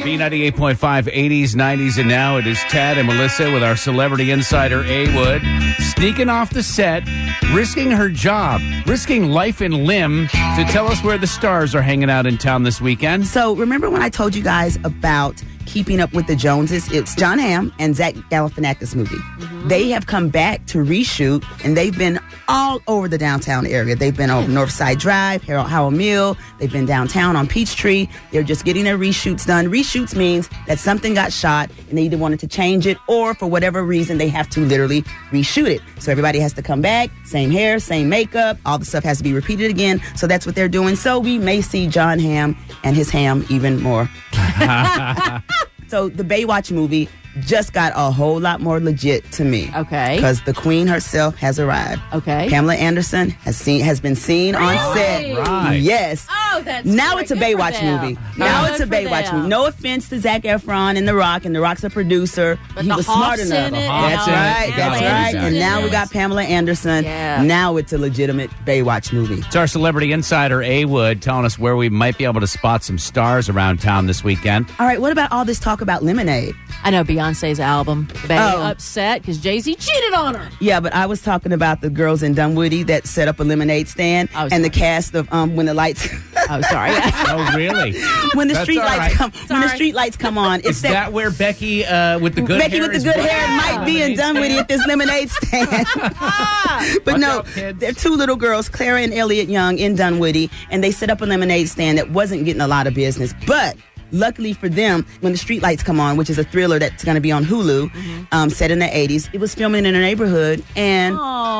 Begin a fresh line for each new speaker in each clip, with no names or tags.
B98.5, 80s, 90s, and now it is Tad and Melissa with our celebrity insider, A Wood, sneaking off the set, risking her job, risking life and limb to tell us where the stars are hanging out in town this weekend.
So remember when I told you guys about Keeping Up with the Joneses? It's John Hamm and Zach Galifianakis movie. They have come back to reshoot, and they've been all over the downtown area. They've been on Northside Drive, Harold Howell Mill. They've been downtown on Peachtree. They're just getting their reshoots done. Reshoots means that something got shot, and they either wanted to change it, or for whatever reason, they have to literally reshoot it. So everybody has to come back, same hair, same makeup. All the stuff has to be repeated again. So that's what they're doing. So we may see John Hamm and his ham even more. So the Baywatch movie just got a whole lot more legit to me.
Okay.
Because the queen herself has arrived.
Okay.
Pamela Anderson has seen has been seen on set.
Right.
Yes.
Oh, that's
Now
great.
it's a
Good for
Baywatch
them.
movie. Now
Good
it's a
for
Baywatch
them.
movie. No offense to Zach Efron and The Rock, and The Rock's a producer.
But
he
the
was smart
Hoff's in
enough.
it, and
Hoff's
That's
in it.
right.
Pamela
That's right.
Anderson's
And
in
now
it.
we got Pamela Anderson.
Yeah.
Now it's a legitimate Baywatch movie.
It's our celebrity insider, A Wood, telling us where we might be able to spot some stars around town this weekend.
All right. What about all this talk about lemonade?
I know Beyonce's album. Bae
Oh.
upset because Jay Z cheated on her.
Yeah, but I was talking about the girls in Dunwoody that set up a lemonade stand
Oh,
and the
sorry.
cast of um, when the lights
Oh, sorry.
Oh, really?
when the
That's
street
all
lights
right.
come when the
Sorry.
street lights come on. It's
Is that where Becky uh, with the good
Becky
hair
with the
is
good
running
hair
around
might be in
lemonade
Dunwoody
stand?
at this lemonade stand. but
Watch
no,
out, kids.
they're two little girls, Clara and Elliot Young, in Dunwoody, and they set up a lemonade stand that wasn't getting a lot of business, but. Luckily for them, when the streetlights come on, which is a thriller that's going to be on Hulu,
Mm-hmm.
um, set in the 80s, it was filming in a neighborhood, and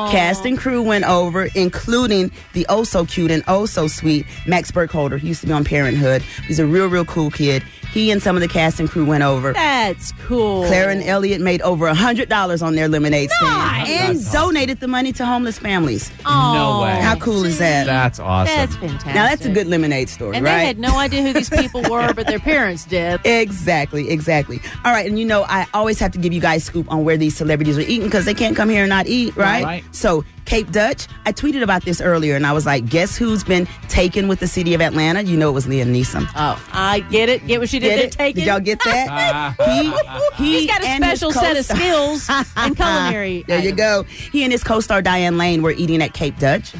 cast and crew went over, including the oh so cute and oh so sweet Max Burkholder. He used to be on Parenthood. He's a real, real cool kid. He and some of the cast and crew went over.
That's cool.
Clara and Elliot made over $100 on their lemonade stand
Nice.
and donated the money to homeless families.
No way.
How cool is that?
That's awesome.
That's fantastic.
Now, that's a good lemonade story,
And
right?
they had no idea who these people were, but their parents did.
Exactly, exactly. All right, and you know, I always have to give you guys scoop on where these celebrities are eating because they can't come here and not eat, right?
Right.
So, Cape Dutch, I tweeted about this earlier and I was like, guess who's been taken with the city of Atlanta? You know, it was Liam Neeson.
Oh, I get it. Get what she did.
Did
there,
it?
Take it.
Did y'all get that? he, he
He's got a
and his
special set of
co-star-
skills and culinary.
There you
items.
go. He and his co-star Diane Lane were eating at Cape Dutch.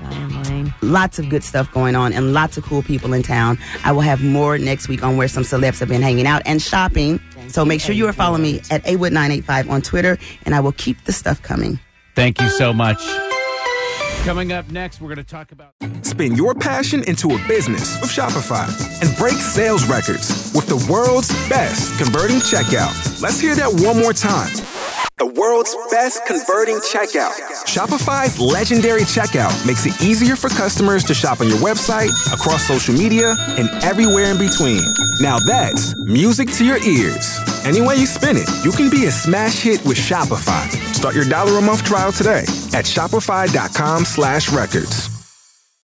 Diane Lane.
Lots of good stuff going on and lots of cool people in town. I will have more next week on where some celebs have been hanging out and shopping. so make sure you are following me at awood985 on Twitter, and I will keep the stuff coming.
Thank you so much. Coming up next, we're going to talk about.
Spin your passion into a business with Shopify and break sales records with the world's best converting checkout. Let's hear that one more time. The world's best converting checkout. Shopify's legendary checkout makes it easier for customers to shop on your website, across social media, and everywhere in between. Now that's music to your ears. Any way you spin it, you can be a smash hit with Shopify. Start your dollar a month trial today at shopify.com slash records.